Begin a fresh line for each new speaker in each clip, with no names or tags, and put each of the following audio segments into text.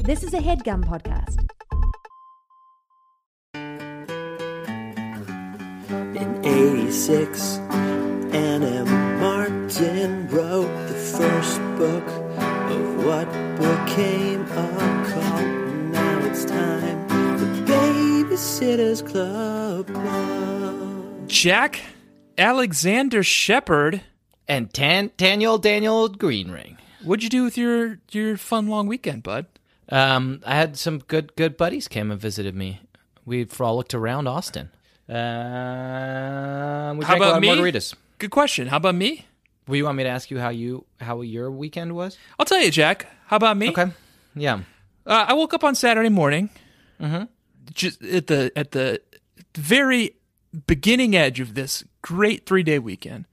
This is a headgum podcast.
In 86, Anna Martin wrote the first book of what became a cult. Now it's time, the Babysitter's Club.
Jack Alexander Shepard.
and Tan- Daniel Daniel Greenring.
What'd you do with your your fun long weekend, bud?
Um, I had some good good buddies came and visited me. We frolicked around Austin. Um, we
How
drank a lot
about
of
me?
margaritas.
Good question. How about me?
Well, you want me to ask you how you how your weekend was?
I'll tell you, Jack. How about me?
Okay. Yeah.
Uh, I woke up on Saturday morning,
Mm-hmm.
just at the at the very beginning edge of this great three day weekend.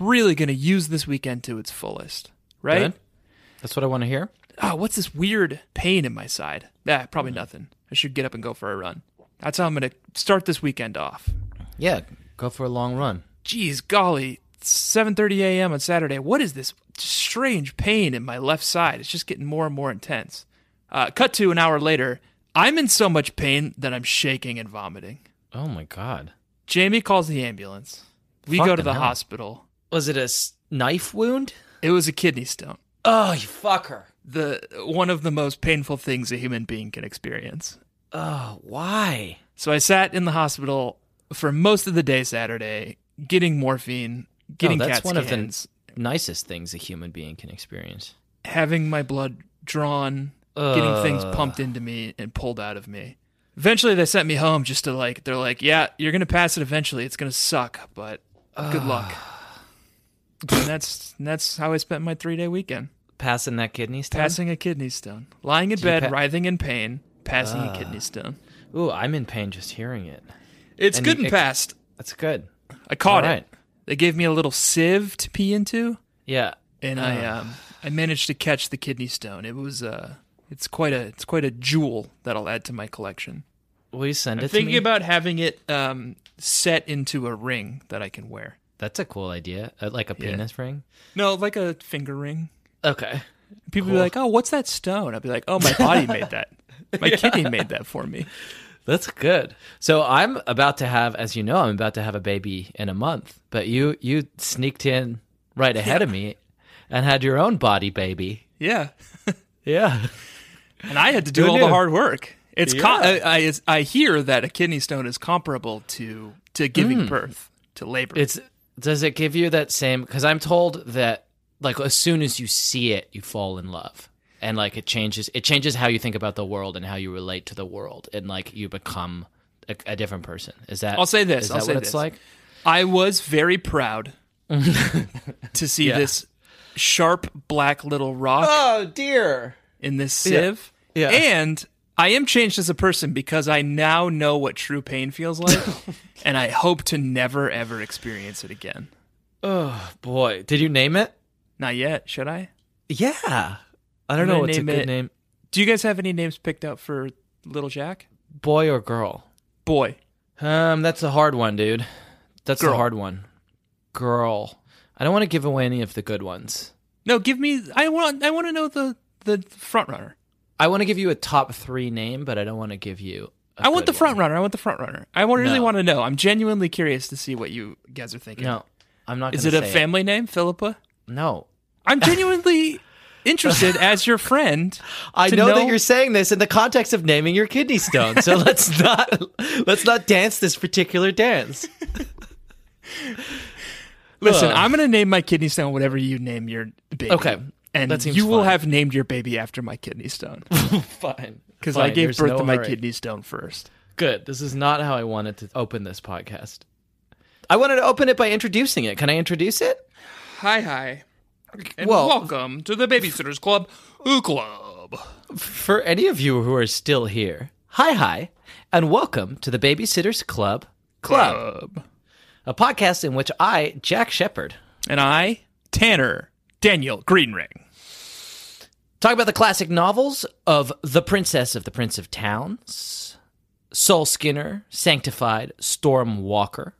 Really going to use this weekend to its fullest, right?
Mm-hmm. Good. That's what I want to hear.
Oh, what's this weird pain in my side? Ah, probably
Mm-hmm.
nothing. I should get up and go for a run. That's how I'm going to start this weekend off.
Yeah. Go for a long run.
Jeez, golly, 7:30 a.m. on Saturday. What is this strange pain in my left side? It's just getting more and more intense. Uh, cut to an hour later. I'm in so much pain that I'm shaking and vomiting.
Oh my god.
Jamie calls the ambulance. We go to
Fucking
the
hell.
hospital.
Was it a s- knife wound?
It was a kidney stone.
Oh, you fucker.
The one of the most painful things a human being can experience.
Oh, why?
So I sat in the hospital for most of the day Saturday, getting morphine, getting
oh, that's
CAT
one
scans,
of the nicest things a human being can experience.
having my blood drawn, getting things
Ugh.
pumped into me and pulled out of me. Eventually, they sent me home just to like, they're like, yeah, you're going to pass it eventually. It's going to suck, but good luck. And that's and that's how I spent my three day weekend
Passing that kidney stone.
passing a kidney stone, lying in
you
bed,
pa- Ah.
writhing in pain, passing a kidney stone.
Ooh, I'm in pain just hearing it.
It's
and
good
you-
and passed.
That's good.
I caught
All
it. They gave me a little sieve to pee into.
Yeah.
and I um, I managed to catch the kidney stone. It was uh it's quite a it's quite a jewel that I'll add to my collection.
Will you send it to
Thinking
me?
about having it um set into a ring that I can wear.
That's a cool idea. Uh, like a
Yeah.
penis ring.
No, like a finger ring.
Okay.
People be like, "Oh, what's that stone?" I'd be like, "Oh, my body made that. My kidney made that for me."
That's good. So I'm about to have, as you know, I'm about to have a baby in a month. But you you sneaked in right ahead of me, and had your own body baby.
Yeah,
Yeah.
and I had to do
Who
all the
knew?
hard work. It's co- I, I I hear that a kidney stone is comparable to to giving birth to labor.
It's does it give you that same? Because I'm told that like as soon as you see it, you fall in love, and like it changes it changes how you think about the world and how you relate to the world, and like you become a, a different person. Is that
I'll say this,
Is
I'll
that
say
what it's
this.
like?
I was very proud to see this sharp black little rock
Oh dear.
in this sieve.
Yeah.
And I am changed as a person because I now know what true pain feels like and I hope to never ever experience it again.
Oh boy. Did you name it?
Not yet, should I?
Yeah. I don't
I'm
know
gonna
what's a
name
good
it-
name.
Do you guys have any names picked out for little Jack?
Boy or girl?
Boy.
Um, that's a hard one, dude. That's a
Girl.
hard one. Girl. I don't want to give away any of the good ones.
No, give me I want I want to know the the front runner.
I want to give you a top three name, but I don't want to give you. I
I want the front runner. I want the front runner. I wa- really
No.
want to know. I'm genuinely curious to see what you guys are thinking.
No, I'm not.
Is it
gonna
a
say
family name, Philippa?
No,
I'm genuinely interested as your friend.
I
to
know, that you're saying this in the context of naming your kidney stone. So let's not let's not dance this particular dance.
Listen,
Ugh.
I'm going to name my kidney stone whatever you name your baby.
Okay.
And
That seems
you will
fine.
have named your baby after my kidney stone
Fine,
because I
Fine,
gave
there's
birth
no
to my
hurry.
kidney stone first.
Good. This is not how I wanted to open this podcast. I wanted to open it by introducing it. Can I introduce it?
Hi, hi. And
Well-
welcome to the Babysitters Club Ooh Club.
For any of you who are still here, hi hi, and welcome to the Babysitters Club Club,
Club.
a podcast in which I, Jack Shepard,
And I, Tanner Daniel Greenring.
Talk about the classic novels of The Princess of the Prince of Towns, Soul Skinner, Sanctified, Storm Walker,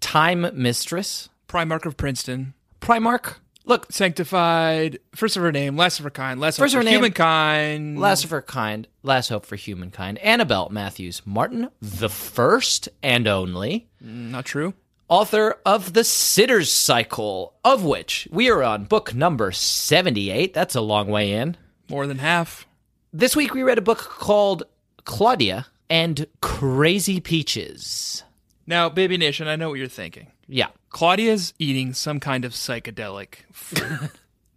Time Mistress,
Primarch of Princeton.
Primarch, Look,
Sanctified, first of her name, last of her kind, last
First
of
of
her
her name.
humankind.
Last of Her Kind, Last Hope for Humankind, Annabelle Matthews Martin, the first and only
Not true.
author of The Sitter's Cycle, of which we are on book number 78. That's a long way in.
More than half.
This week we read a book called Claudia and Crazy Peaches.
Now, Baby Nation, I know what you're thinking.
Yeah.
Claudia's eating some kind of psychedelic food.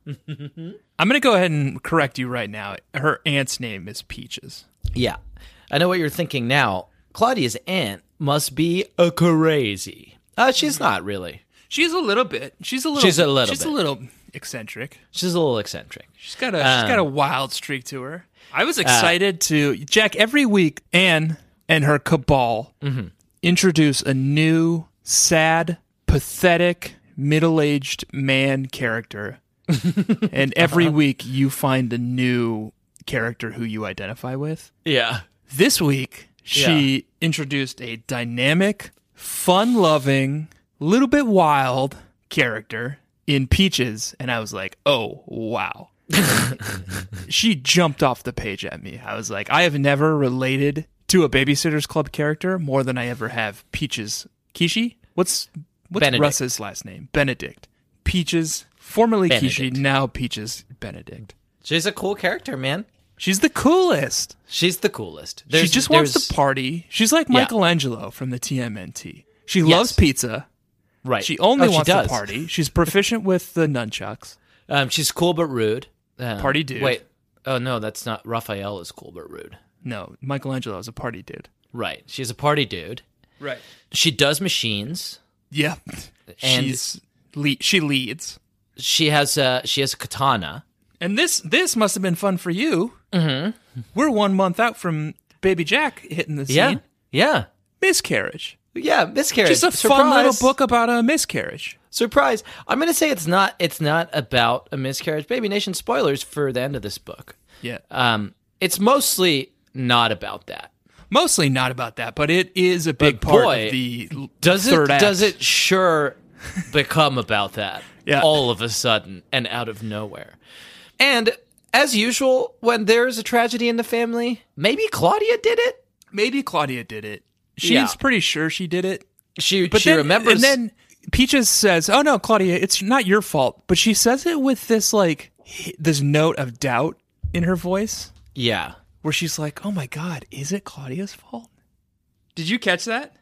I'm going to go ahead and correct you right now. Her aunt's name is Peaches.
Yeah. I know what you're thinking now. Claudia's aunt must be a crazy. Uh, she's
Mm-hmm.
not really.
She's a little bit. She's a little.
She's a little
She's a
bit.
little eccentric.
She's a little eccentric.
She's got a. she's got a wild streak to her. Um, Uh, I was excited to Jack every week. Anne and her cabal introduce a new sad, pathetic, middle-aged man character, and every week you find a new character who you identify with.
Yeah.
This week, she introduced a dynamic, fun loving, little bit wild character in Peaches. And I was like, oh, wow. she jumped off the page at me. I was like, I have never related to a Babysitter's Club character more than I ever have Peaches. Kishi? What's, what's
Benedict.
Russ's last name? Benedict. Peaches, formerly Kishi,
Benedict.
now Peaches Benedict.
She's a cool character, man.
She's the coolest.
She's the coolest.
she just wants
there's-
to party. She's like
Yeah.
Michelangelo from the TMNT. She loves pizza.
Right.
She only
Oh,
wants
does.
to party. She's proficient with the nunchucks.
Um, she's cool but rude. Um,
Party dude.
Wait. Oh no, that's not Raphael is cool but rude.
No, Michelangelo is a party dude.
Right. She's a party dude.
Right.
She does machines.
Yeah.
And-
She's le- she leads.
She has a she has a katana.
And this this must have been fun for you. Mm-hmm. We're one month out from Baby Jack hitting the scene.
Yeah. Yeah.
Miscarriage.
Yeah, miscarriage.
Just a fun little book about a miscarriage.
Surprise! I'm gonna say it's not. It's not about a miscarriage. Baby Nation spoilers for the end of this book.
Yeah.
Um, it's mostly not about that.
Mostly not about that, but it is a big part
boy,
of the l-
Does it?
third act.
Does it sure become about that?
Yeah.
All of a sudden and out of nowhere. And as usual, when there's a tragedy in the family, maybe Claudia did it.
maybe Claudia did it. She's
Yeah.
pretty sure she did it.
She
But
she
then,
remembers.
And then Peaches says, "Oh no, Claudia, it's not your fault." But she says it with this like h- this note of doubt in her voice,
yeah,
where she's like, "Oh my God, is it Claudia's fault?" Did you catch that?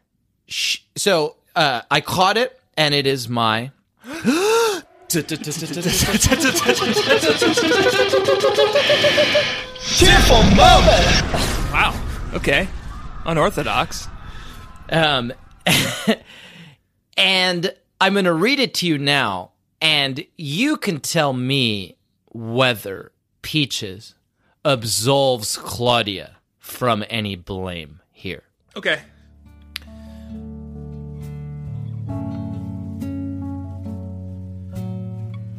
Sh- so uh, I caught it, and it is my.
Wow. Okay. Unorthodox.
Um, and I'm going to read it to you now, and you can tell me whether Peaches absolves Claudia from any blame here.
Okay.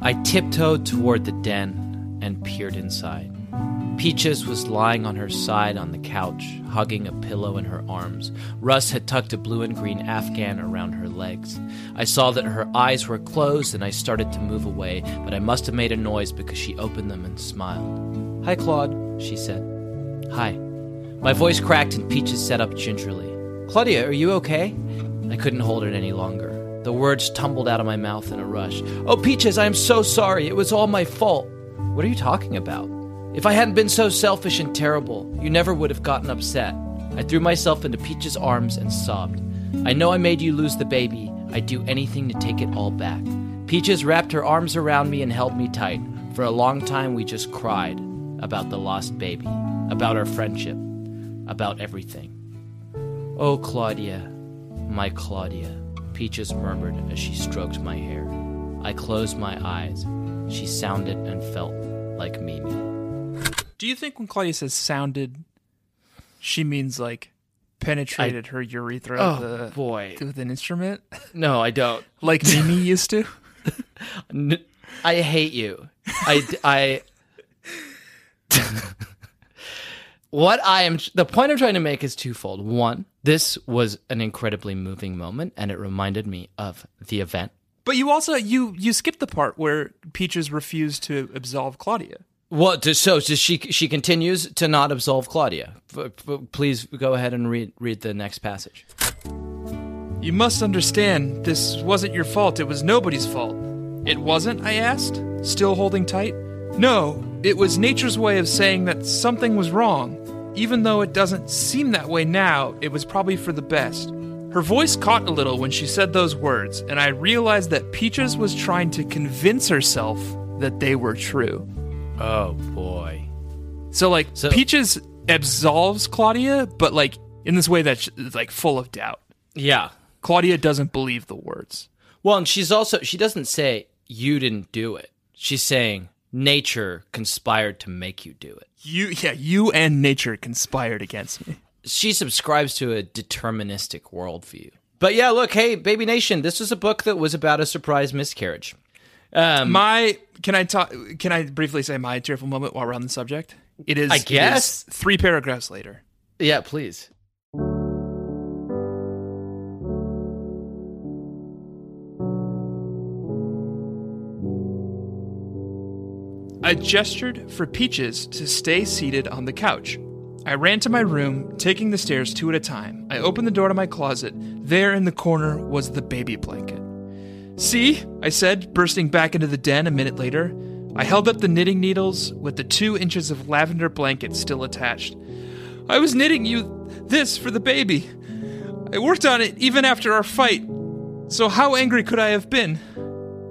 I tiptoed toward the den and peered inside. Peaches was lying on her side on the couch, hugging a pillow in her arms. Russ had tucked a blue and green afghan around her legs. I saw that her eyes were closed and I started to move away, but I must have made a noise because she opened them and smiled. Hi, Claude, she said. Hi. My voice cracked and Peaches sat up gingerly. Claudia, are you okay? I couldn't hold it any longer. The words tumbled out of my mouth in a rush. Oh, Peaches, I am so sorry. It was all my fault. What are you talking about? If I hadn't been so selfish and terrible, you never would have gotten upset. I threw myself into Peaches' arms and sobbed. I know I made you lose the baby. I'd do anything to take it all back. Peaches wrapped her arms around me and held me tight. For a long time, we just cried about the lost baby, about our friendship, about everything. Oh, Claudia, my Claudia, Peaches murmured as she stroked my hair. I closed my eyes. She sounded and felt like Mimi.
Do you think when Claudia says "sounded," she means like penetrated her urethra with, a-
boy.
with an instrument,
No, I don't.
like Mimi used to?
N- I hate you. I, I. what I am, the point I'm trying to make is twofold. One, this was an incredibly moving moment, and it reminded me of the event
But you also you you skip the part where Peaches refused to absolve Claudia.
Well, does, so does she? She continues to not absolve Claudia. F- f- please go ahead and read read the next passage.
You must understand, this wasn't your fault. It was nobody's fault. It wasn't, I asked, still holding tight. No, it was nature's way of saying that something was wrong. Even though it doesn't seem that way now, it was probably for the best. Her voice caught a little when she said those words, and I realized that Peaches was trying to convince herself that they were true.
Oh boy.
So like
So-
Peaches absolves Claudia, but like in this way that's like full of doubt.
Yeah.
Claudia doesn't believe the words.
Well, and she's also she doesn't say you didn't do it. She's saying nature conspired to make you do it.
You yeah, you and nature conspired against me.
she subscribes to a deterministic worldview. But yeah, look, hey, Baby Nation, this was a book that was about a surprise miscarriage. Um,
My can I talk can I briefly say my tearful moment while we're on the subject? It is
I
it is
guess.
three paragraphs later.
Yeah, please.
I gestured for Peaches to stay seated on the couch. I ran to my room, taking the stairs two at a time. I opened the door to my closet. There in the corner was the baby blanket. See, I said, bursting back into the den a minute later. I held up the knitting needles with the two inches of lavender blanket still attached. I was knitting you this for the baby. I worked on it even after our fight. So how angry could I have been?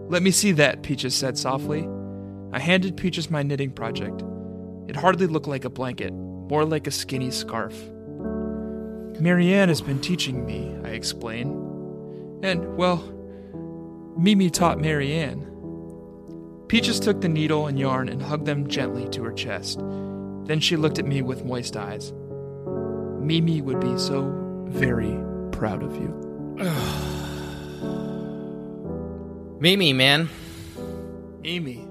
Let me see that, Peaches said softly. I handed Peaches my knitting project. It hardly looked like a blanket, more like a skinny scarf. Marianne has been teaching me, I explain. And, well, Mimi taught Marianne. Peaches took the needle and yarn and hugged them gently to her chest. Then she looked at me with moist eyes. Mimi would be so very proud of you.
Mimi, man,
Amy.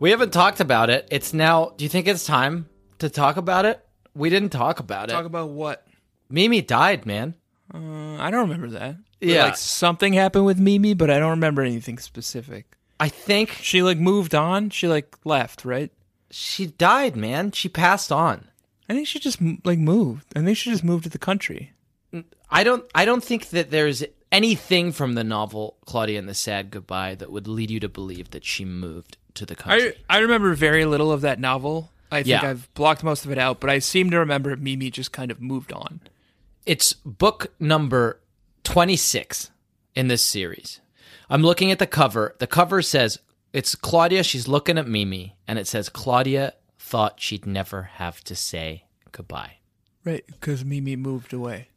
we haven't talked about it. It's now, do you think it's time to talk about it? We didn't talk about it.
Talk about what?
Mimi died, man.
Uh, I don't remember that. But,
Yeah.
Like something happened with Mimi, but I don't remember anything specific.
I think
She like moved on. She like left, right?
she died, man. She passed on.
I think she just m- like moved. I think she just moved to the country.
I don't I don't think that there's anything from the novel Claudia and the Sad Goodbye that would lead you to believe that she moved to the country.
I I remember very little of that novel. I think
Yeah.
I've blocked most of it out, but I seem to remember Mimi just kind of moved on.
It's book number 26 in this series. I'm looking at the cover. The cover says it's Claudia, she's looking at Mimi, and it says Claudia thought she'd never have to say goodbye.
Right, because Mimi moved away.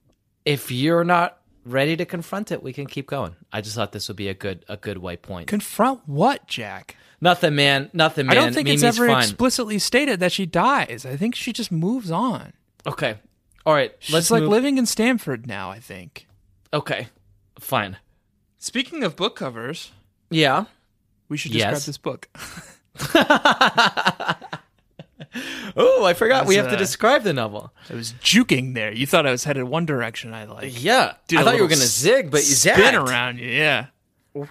If you're not ready to confront it, we can keep going. I just thought this would be a good a good way point.
Confront what, Jack?
nothing, man. Nothing, man.
I don't think
Mimi's
it's ever
fine.
explicitly stated that she dies. I think she just moves on.
okay. All right.
She's
let's
like
move-
living in Stanford now. I think.
Okay. Fine.
Speaking of book covers,
Yeah.
we should
Yes.
describe this book.
Oh, I forgot we
That's,
have to
uh,
describe the novel.
I was juking there. You thought I was headed one direction. I like.
Yeah,
did
I
a
thought you were
little
gonna
s-
zig, but you
spin
zagged.
around you. Yeah.
Whew.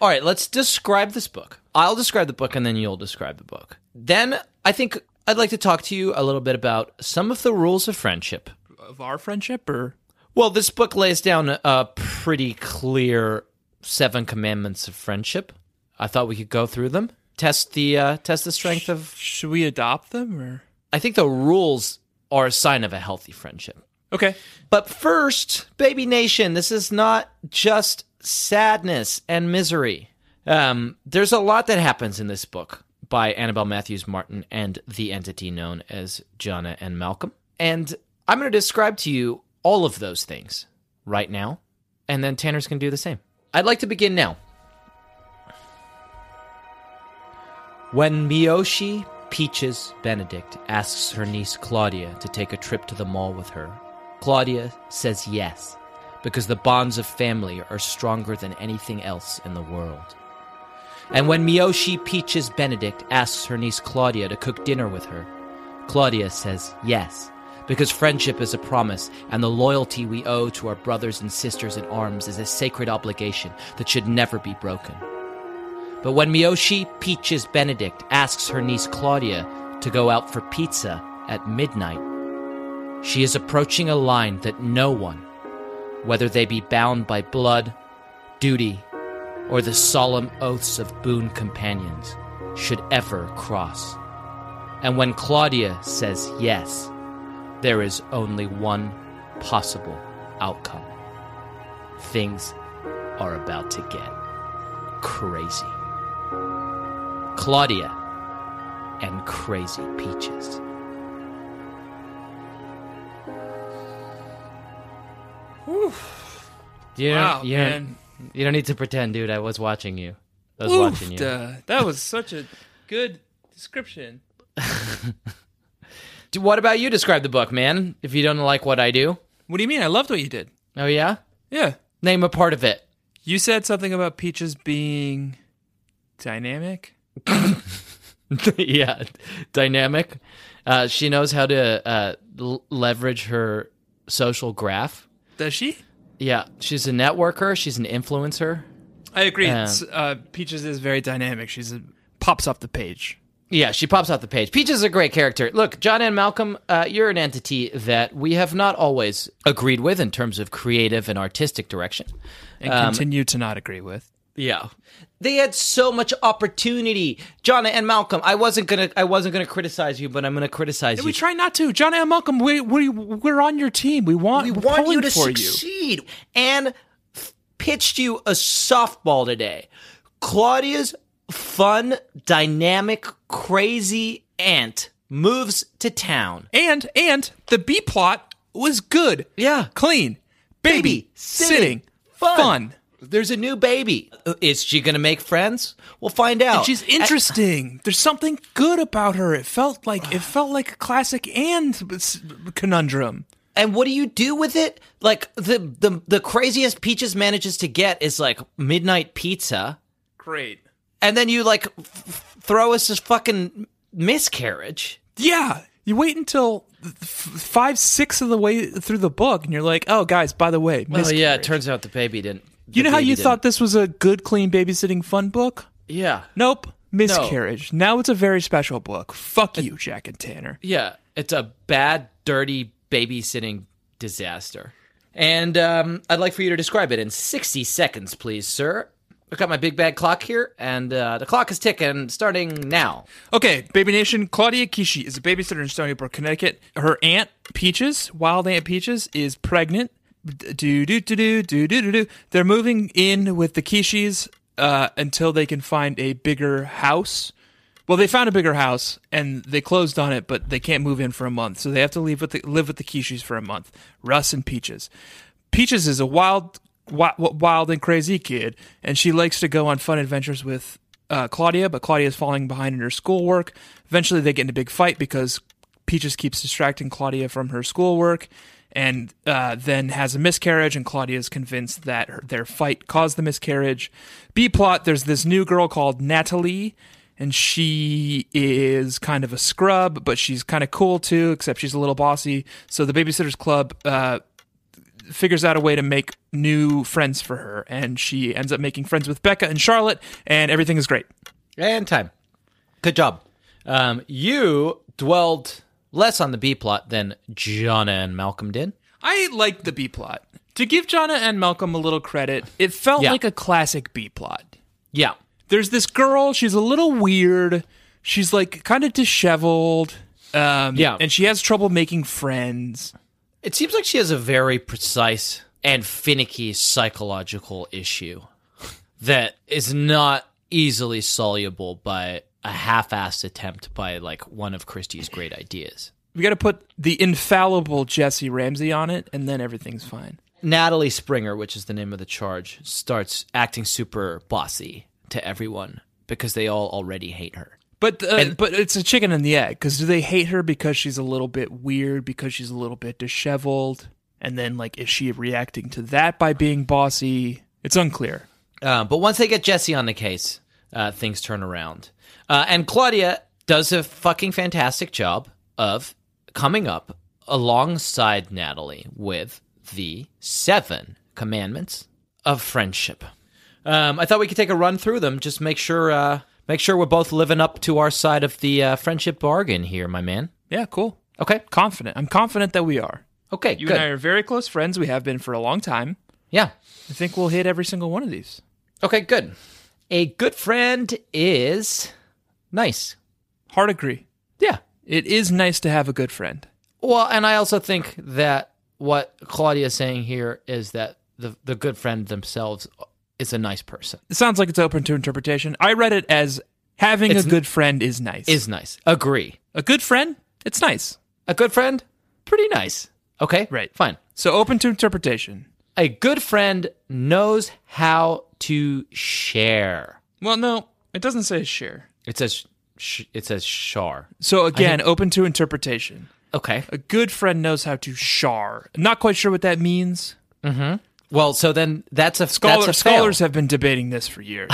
All right, let's describe this book. I'll describe the book, and then you'll describe the book. Then I think I'd like to talk to you a little bit about some of the rules of friendship.
Of our friendship, or
Well, this book lays down a- a pretty clear seven commandments of friendship. I thought we could go through them, test the uh, test the strength of.
should we adopt them? Or
I think the rules are a sign of a healthy friendship.
okay,
But first, Baby Nation, this is not just sadness and misery. Um, there's a lot that happens in this book by Annabelle Matthews Martin and the entity known as Jonna and Malcolm. And I'm going to describe to you all of those things right now, and then Tanner's going to do the same. I'd like to begin now. When Miyoshi Peaches Benedict asks her niece Claudia to take a trip to the mall with her, Claudia says yes, because the bonds of family are stronger than anything else in the world. And when Miyoshi Peaches Benedict asks her niece Claudia to cook dinner with her, Claudia says yes, because friendship is a promise, and the loyalty we owe to our brothers and sisters in arms is a sacred obligation that should never be broken. But when Miyoshi Peaches Benedict asks her niece Claudia to go out for pizza at midnight, she is approaching a line that no one, whether they be bound by blood, duty, or the solemn oaths of boon companions, should ever cross. And when Claudia says yes, there is only one possible outcome. Things are about to get crazy. Claudia and Crazy Peaches. You don't,
Wow,
you, don't-
man.
you don't need to pretend, dude. I was watching you. I was watching you.
Oof, uh, that was such a good description.
D- What about you? Describe the book, man. If you don't like what I do,
What do you mean? I loved what you did.
oh yeah,
Yeah.
name a part of it.
You said something about peaches being dynamic.
yeah, dynamic. Uh, she knows how to uh, l- leverage her social graph.
Does she?
Yeah, she's a networker. She's an influencer.
I agree.
Yeah.
S- Uh, peaches is very dynamic. She's a, pops off the page.
Yeah, she pops off the page. Peach is a great character. Look, John and Malcolm, uh, you're an entity that we have not always agreed with in terms of creative and artistic direction.
and
um,
continue to not agree with.
Yeah. They had so much opportunity. John and Malcolm, I wasn't gonna I wasn't gonna criticize you, but I'm gonna criticize
We
you.
try not to. John and Malcolm, we, we, we're on your team. We want,
we
we're
want
pulling
you to
for you.
succeed. And f- pitched you a softball today. Claudia's fun, dynamic, crazy aunt moves to town.
And, and the B plot was good.
Yeah.
Clean. Baby.
Baby,
sitting.
sitting, fun.
fun.
There's a new baby. Uh, Is she gonna make friends? We'll find out.
And she's interesting. There's something good about her. It felt like it felt like a classic and s- conundrum.
And what do you do with it? Like the the the craziest Peaches manages to get is like midnight pizza,
Great.
and then you like f- throw us this fucking miscarriage.
Yeah, you wait until f- five six of the way through the book, and you're like, oh, guys, by the way, miscarriage."
turns out the baby didn't.
you know how you thought this was a good, clean babysitting fun book?
Yeah,
Nope. Miscarriage. Now it's a very special book. Fuck you, Jack and Tanner.
yeah, it's a bad, dirty babysitting disaster. And um, I'd like for you to describe it in sixty seconds, please, sir. I've got my big bad clock here, and uh, the clock is ticking, starting now.
Okay, Baby Nation, Claudia Kishi is a babysitter in Stony Brook, Connecticut. Her aunt, Peaches, wild aunt Peaches, is pregnant. Do, do, do, do, do, do, do, do. They're moving in with the Kishis uh, until they can find a bigger house. Well, they found a bigger house and they closed on it, but they can't move in for a month, so they have to leave with the, live with the Kishis for a month. Russ and Peaches. Peaches is a wild, wi- wild and crazy kid, and she likes to go on fun adventures with uh, Claudia, but Claudia is falling behind in her schoolwork. Eventually, they get in a big fight because Peaches keeps distracting Claudia from her schoolwork, and uh, then has a miscarriage. And Claudia is convinced that her, their fight caused the miscarriage. B plot: There's this new girl called Natalie and she is kind of a scrub, but she's kind of cool too, except she's a little bossy. So the Babysitters Club uh, figures out a way to make new friends for her, and she ends up making friends with Becca and Charlotte, and everything is great.
And time. Good job. Um, you dwelled less on the B plot than Jonna and Malcolm did.
I like the B plot. To give Jonna and Malcolm a little credit, it felt
Yeah.
like a classic B plot.
Yeah.
There's this girl, she's a little weird, she's like kind of disheveled. Um,
Yeah.
and she has trouble making friends.
It seems like she has a very precise and finicky psychological issue that is not easily soluble by a half assed attempt by like one of Christie's great ideas.
We got to put the infallible Jesse Ramsey on it, and then everything's fine.
Natalie Springer, which is the name of the charge, starts acting super bossy to everyone because they all already hate her.
But uh, but it's a chicken and the egg because do they hate her because she's a little bit weird because she's a little bit disheveled, and then like is she reacting to that by being bossy? It's unclear.
Uh, but once they get Jesse on the case, uh, things turn around. Uh, and Claudia does a fucking fantastic job of coming up alongside Natalie with the seven commandments of friendship. Um, I thought we could take a run through them. Just make sure uh, make sure we're both living up to our side of the uh, friendship bargain here, my man.
Yeah, cool.
Okay.
Confident. I'm confident that we are.
Okay.
You
good.
and I are very close friends. We have been for a long time.
yeah.
I think we'll hit every single one of these.
Okay. Good. A good friend is nice.
Hard agree.
Yeah.
It is nice to have a good friend.
Well, and I also think that what Claudia is saying here is that the the good friend themselves is a nice person.
It sounds like it's open to interpretation. I read it as having
It's
a
n-
good friend is nice.
Is nice. Agree.
a good friend? It's nice.
A good friend? Pretty nice. Okay?
Right.
Fine.
So open to interpretation.
A good friend knows how to share.
Well, no, it doesn't say share.
It says sh- it says shar.
So again, open to interpretation.
Okay.
A good friend knows how to shar. Not quite sure what that means.
Well, so then that's a
Scholar,
that's a fail.
scholars have been debating this for years.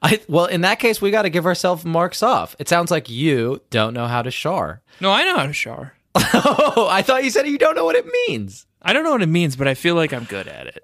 I, well, in that case, we got to give ourselves marks off. It sounds like you don't know how to shar.
no, I know how to shar.
oh, I thought you said you don't know what it means.
I don't know what it means, but I feel like I'm good at it.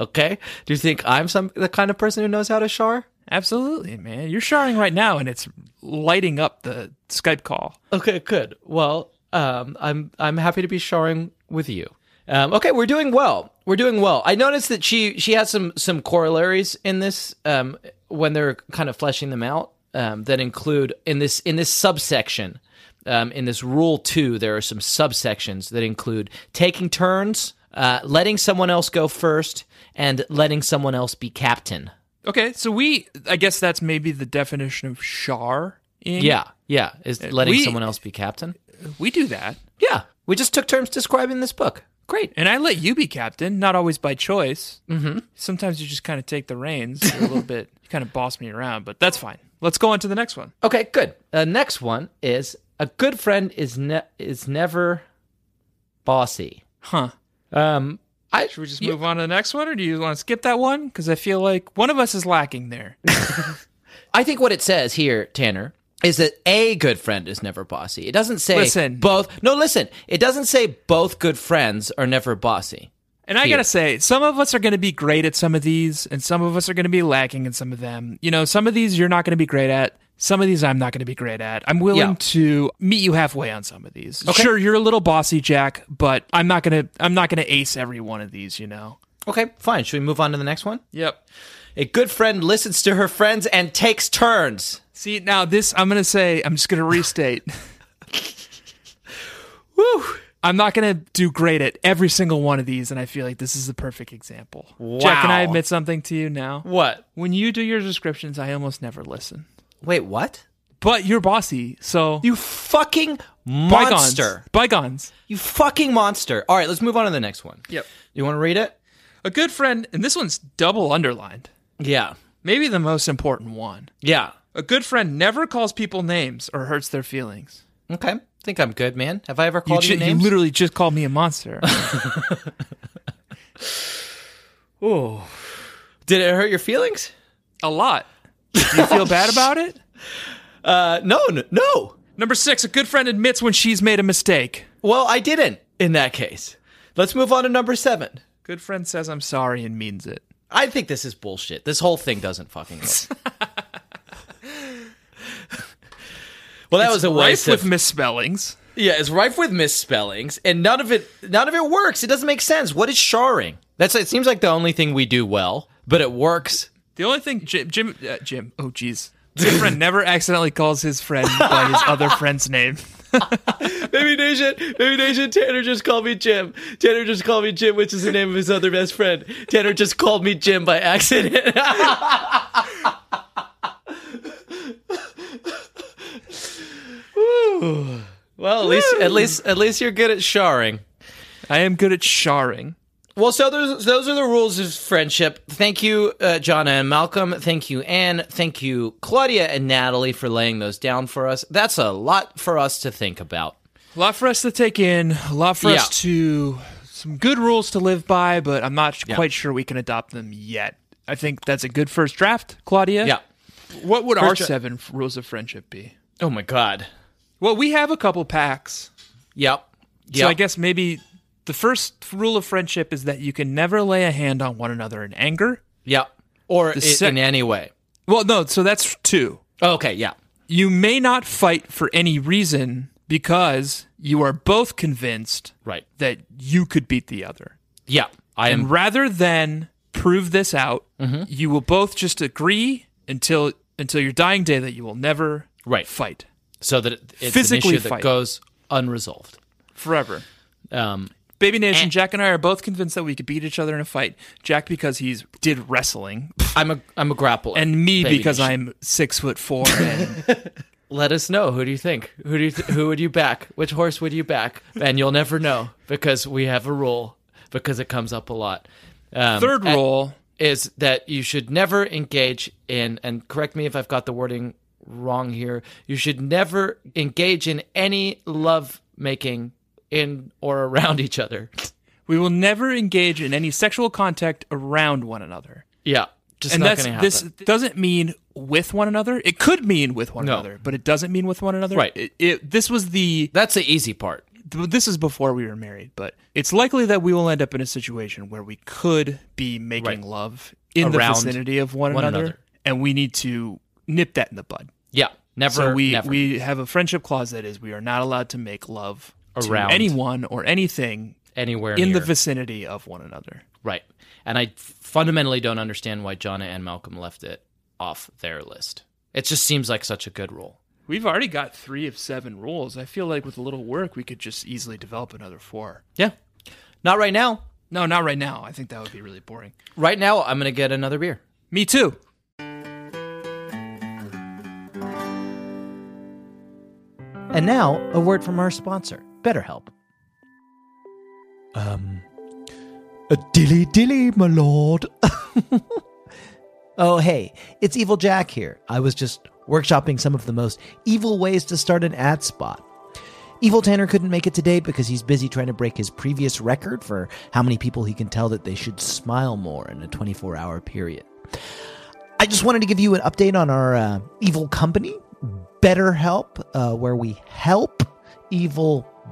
Okay. Do you think I'm some the kind of person who knows how to shar?
Absolutely, man. You're sharing right now, and it's lighting up the Skype call.
Okay, good. Well, um, I'm I'm happy to be sharing with you. Um, okay, we're doing well. We're doing well. I noticed that she she has some some corollaries in this um, when they're kind of fleshing them out um, that include in this in this subsection um, in this rule two there are some subsections that include taking turns, uh, letting someone else go first, and letting someone else be captain.
Okay, so we, I guess that's maybe the definition of shar. In.
Yeah, yeah. Is letting
we-
someone else be captain?
we do that.
Uh, Yeah, we just took turns describing this book. Great.
And I let you be captain, not always by choice. Mm-hmm. Sometimes you just kind of take the reins You're a little bit. You kind of boss me around, but that's fine. Let's go on to the next one.
Okay, good. Uh, next one is a good friend is ne- is never bossy.
Huh.
Um, I
Should we just move on to the next one, or do you want to skip that one? Because I feel like one of us is lacking there.
I think what it says here, Tanner, is that a good friend is never bossy. It doesn't say
Listen.
both. No, listen. It doesn't say both good friends are never bossy.
And I gotta say, some of us are gonna be great at some of these, and some of us are gonna be lacking in some of them. You know, some of these you're not gonna be great at. Some of these I'm not gonna be great at. I'm willing
Yeah.
to meet you halfway on some of these. Sure, you're a little bossy, Jack, but I'm not gonna I'm not gonna ace every one of these. You know.
Okay, fine. Should we move on to the next one?
Yep.
A good friend listens to her friends and takes turns.
See now this I'm gonna say I'm just gonna restate.
Woo!
I'm not gonna do great at every single one of these, and I feel like this is the perfect example. Jack, can I
Wow.
admit something to you now?
What?
When you do your descriptions, I almost never listen.
Wait, what?
But you're bossy, so
You fucking
bygones.
monster!
Bygones.
You fucking monster! All right, let's move on to the next one.
Yep.
You want to read it?
A good friend, and this one's double underlined,
Yeah.
maybe the most important one.
Yeah.
A good friend never calls people names or hurts their feelings.
Okay. Think I'm good, man. Have I ever
You,
called
ju-
you,
you
names?
literally just called me a monster.
Did it hurt your feelings?
a lot. Do you feel bad about it?
Uh, no, no, no.
Number six, a good friend admits when she's made a mistake.
Well, I didn't in that case. Let's move on to number seven.
Good friend says I'm sorry and means it.
I think this is bullshit. This whole thing doesn't fucking work. well, that was a
Rife
waste
with
of
misspellings.
Yeah, it's rife with misspellings, and none of it none of it works. It doesn't make sense. What is sharing? That's it. Seems like the only thing we do well, but it works.
The only thing Jim, Jim, uh, Jim. Oh, jeez. Good friend never accidentally calls his friend by his other friend's name.
Maybe Nation, maybe Nation. Tanner just called me Jim. Tanner just called me Jim, which is the name of his other best friend. Tanner just called me Jim by accident. Whew. well, at least at least at least you're good at sharing.
I am good at sharing.
Well, so those those are the rules of friendship. Thank you, uh, Jonna and Malcolm. Thank you, Anne. Thank you, Claudia and Natalie, for laying those down for us. That's a lot for us to think about.
A lot for us to take in, a lot for us
Yeah.
to some good rules to live by, but I'm not quite sure we can adopt them yet. I think that's a good first draft, Claudia.
Yeah.
What would our
dra-
seven f- rules of friendship be?
Oh my God.
Well, we have a couple packs.
Yep.
So
Yeah.
I guess maybe the first rule of friendship is that you can never lay a hand on one another in anger.
Yeah. Or i-
sec-
in any way. Oh,
Well, no, so that's two.
Okay. Yeah.
You may not fight for any reason because you are both convinced
Right.
that you could beat the other.
Yeah. I am. Mm-hmm.
And rather than prove this out, you will both just agree until until your dying day that you will never
Right.
fight
So that it- it's
Physically
an issue
fight.
that goes unresolved.
forever.
Um,
Baby Nation,
Eh.
Jack and I are both convinced that we could beat each other in a fight. Jack because he's did wrestling,
I'm a I'm a grappler,
and me
Baby
because
Nation.
I'm six foot four. And
Let us know who do you think? Who do you th- who would you back? Which horse would you back? And you'll never know because we have a rule because it comes up a lot. Um,
third
and-
rule,
is that you should never engage in and correct me if I've got the wording wrong here. You should never engage in any love making in or around each other.
we will never engage in any sexual contact around one another.
Yeah, just
and
not
that's
going to happen.
this doesn't mean with one another. It could mean with one
No.
another, but it doesn't mean with one another.
Right.
It, it, this was the
that's the easy part.
th- this is before we were married, but it's likely that we will end up in a situation where we could be making
Right.
love in
Around
the vicinity of one,
one
another,
another.
and we need to nip that in the bud.
Yeah, never.
So we
never.
we have a friendship clause that is we are not allowed to make love
Around.
to anyone or anything
anywhere
in the
near.
vicinity of one another.
right. And I fundamentally don't understand why Jonna and Malcolm left it off their list. It just seems like such a good rule.
We've already got three of seven rules. I feel like with a little work, we could just easily develop another four.
Yeah, not right now.
No, not right now. I think that would be really boring.
Right now, I'm gonna get another beer.
Me too.
And now, a word from our sponsor, BetterHelp. Um, a dilly dilly, my lord. oh, hey, it's Evil Jack here. I was just workshopping some of the most evil ways to start an ad spot. Evil Tanner couldn't make it today because he's busy trying to break his previous record for how many people he can tell that they should smile more in a 24 hour period. I just wanted to give you an update on our uh, evil company, BetterHelp, uh, where we help evil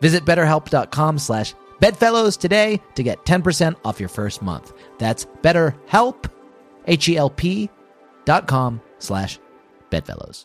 Visit betterhelp.com slash bedfellows today to get 10% off your first month. That's betterhelp, H-E-L-P dot com slash bedfellows.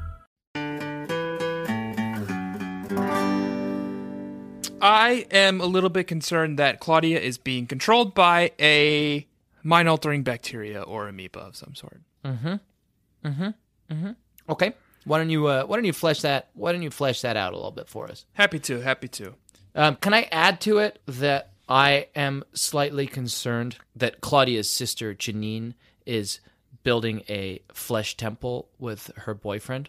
I am a little bit concerned that Claudia is being controlled by a mind altering bacteria or amoeba of some sort.
Okay. Why don't you uh, Why don't you flesh that Why don't you flesh that out a little bit for us?
Happy to, happy to.
Um, can I add to it that I am slightly concerned that Claudia's sister Janine is building a flesh temple with her boyfriend.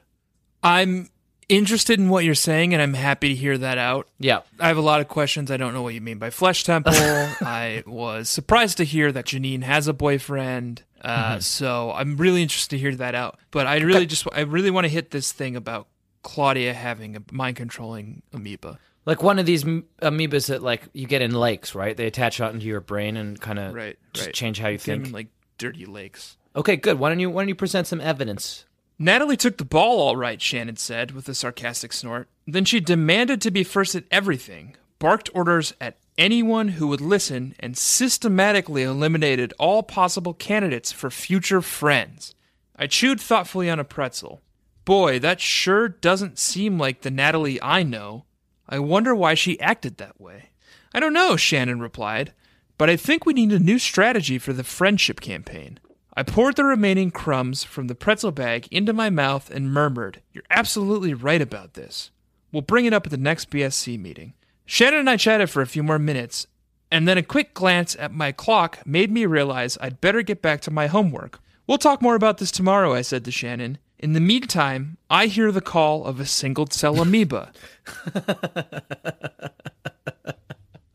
I'm interested in what you're saying, and I'm happy to hear that out.
Yeah.
I have a lot of questions. I don't know what you mean by flesh temple. I was surprised to hear that Janine has a boyfriend.
Mm-hmm.
Uh, So I'm really interested to hear that out. But I really just I really want to hit this thing about Claudia having a mind controlling amoeba.
Like one of these am- amoebas that like you get in lakes, right? They attach out into your brain and kind of
Right,
just
right.
change how you
Them
think.
in, like dirty lakes.
okay, good. Why don't you why don't you present some evidence?
Natalie took the ball all right, Shannon said with a sarcastic snort. Then she demanded to be first at everything, barked orders at anyone who would listen, and systematically eliminated all possible candidates for future friends. I chewed thoughtfully on a pretzel. Boy, that sure doesn't seem like the Natalie I know. I wonder why she acted that way. I don't know, Shannon replied, but I think we need a new strategy for the friendship campaign. I poured the remaining crumbs from the pretzel bag into my mouth and murmured, You're absolutely right about this. We'll bring it up at the next BSC meeting. Shannon and I chatted for a few more minutes, and then a quick glance at my clock made me realize I'd better get back to my homework. We'll talk more about this tomorrow, I said to Shannon. In the meantime, I hear the call of a single cell amoeba.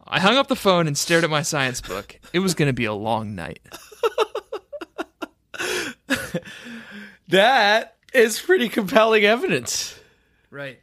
I hung up the phone and stared at my science book. It was going to be a long night.
That is pretty compelling evidence.
Right.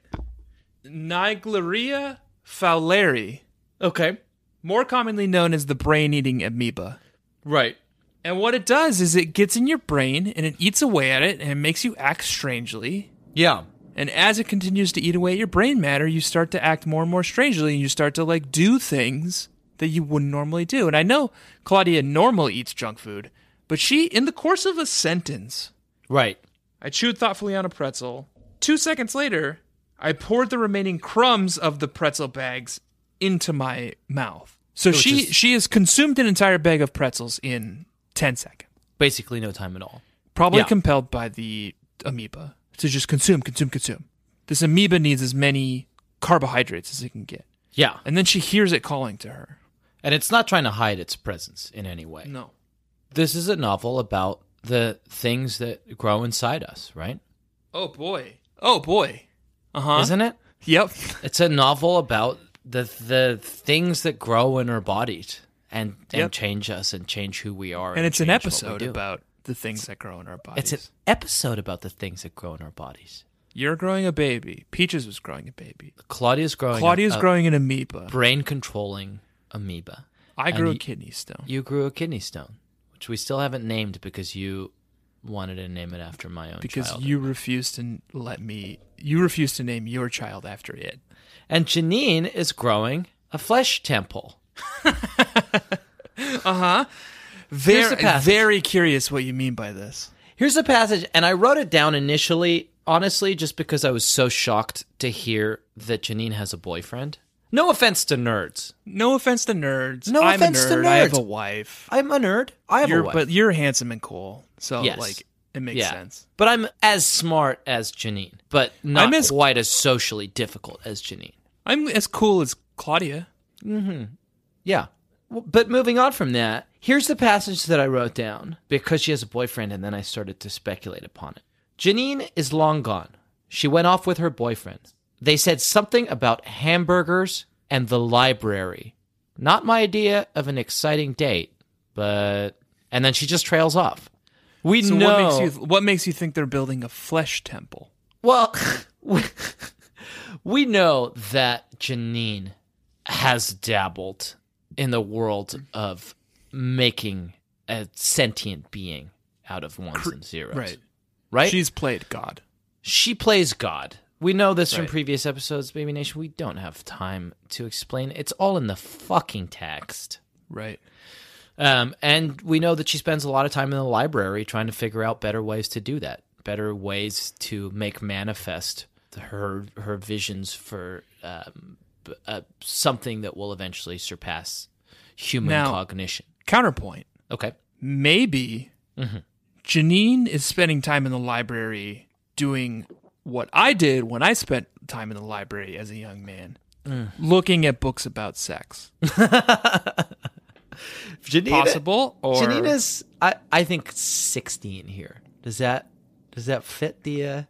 Nigleria fowleri,
Okay.
more commonly known as the brain eating amoeba.
Right.
And what it does is it gets in your brain and it eats away at it and it makes you act strangely.
Yeah.
And as it continues to eat away at your brain matter, you start to act more and more strangely and you start to like do things that you wouldn't normally do. And I know Claudia normally eats junk food, but she, in the course of a sentence,
Right.
I chewed thoughtfully on a pretzel. Two seconds later, I poured the remaining crumbs of the pretzel bags into my mouth. So
Which
she
is-
she has consumed an entire bag of pretzels in ten seconds,
Basically no time at all.
probably
Yeah.
compelled by the amoeba to just consume, consume, consume. This amoeba needs as many carbohydrates as it can get,
Yeah.
and then she hears it calling to her.
And it's not trying to hide its presence in any way.
No,
This is a novel about the things that grow inside us, right?
oh boy, oh boy, uh huh,
Isn't it?
Yep,
It's a novel about the the things that grow in our bodies and and
Yep.
change us and change who we are.
and it's an
change what we
episode
do.
about the things that grow in our bodies.
It's an episode about the things that grow in our bodies.
You're growing a baby. Peaches was growing a baby.
Claudia's growing.
Claudia's
a,
growing uh, an amoeba.
Brain controlling amoeba.
I
and
grew a
you-
kidney stone.
You grew a kidney stone, which we still haven't named because you wanted to name it after my own
because
child.
you refused to n- let me. You refused to name your child after it.
and Janine is growing a flesh temple. Here's the
Very,
passage.
very curious what you mean by this.
Here's the passage, and I wrote it down initially, honestly, just because I was so shocked to hear that Janine has a boyfriend. No offense to nerds.
No offense to nerds.
No
I'm
offense
a
to
nerd. I have
nerds.
a wife.
I'm a nerd. I have
you're,
a wife.
But you're handsome and cool, so
Yes.
like it makes sense.
But I'm as smart as Janine, but not
I'm as-
quite as socially difficult as Janine.
I'm as cool as Claudia.
Yeah. W- But moving on from that, here's the passage that I wrote down because she has a boyfriend, and then I started to speculate upon it. Janine is long gone. She went off with her boyfriend. They said something about hamburgers and the library. Not my idea of an exciting date, but. And then she just trails off. We
So
know.
what makes you what makes you think they're building a flesh temple?
Well, we, we know that Janine has dabbled in the world of making a sentient being out of ones and zeros.
right.
Right?
She's played God.
she plays God. We know this from
Right.
previous episodes, Baby Nation. We don't have time to explain. It's all in the fucking text.
Right.
Um, and we know that she spends a lot of time in the library trying to figure out better ways to do that, better ways to make manifest her her visions for um, b- uh, something that will eventually surpass human
Now-
cognition.
Counterpoint.
Okay,
maybe Janine is spending time in the library doing what I did when I spent time in the library as a young man, looking at books about sex.
Janina,
possible or
Janina's, I, I think sixteen here. Does that does that fit the uh,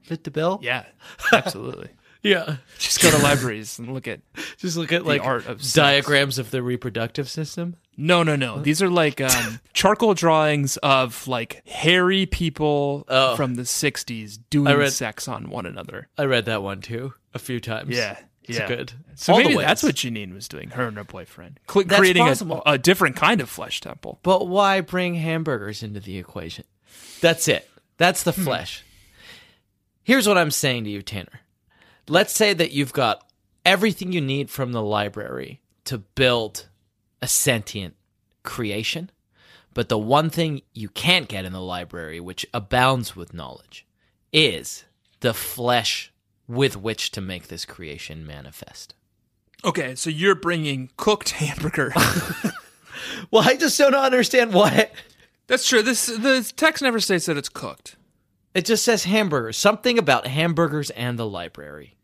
fit the bill?
yeah, absolutely.
Yeah.
Just go to libraries and look at.
Just look at like
art of sex.
diagrams of the reproductive system.
No, no, no. These are like um, charcoal drawings of like hairy people
Oh.
from the '60s doing
I read-
sex on one another.
I read that one too a few times. It's
yeah.
good.
So
All the
maybe
ways.
that's what Janine was doing. Her and her boyfriend Cl-
That's
creating a,
possible.
a different kind of flesh temple.
But why bring hamburgers into the equation? That's it. That's
Hmm.
the flesh. Here's what I'm saying to you, Tanner. Let's say that you've got everything you need from the library to build a sentient creation, but the one thing you can't get in the library, which abounds with knowledge, is the flesh with which to make this creation manifest.
Okay, so you're bringing cooked hamburger.
Well, I just don't understand why
that's true. This the text never states that it's cooked.
It just says hamburgers, something about hamburgers and the library.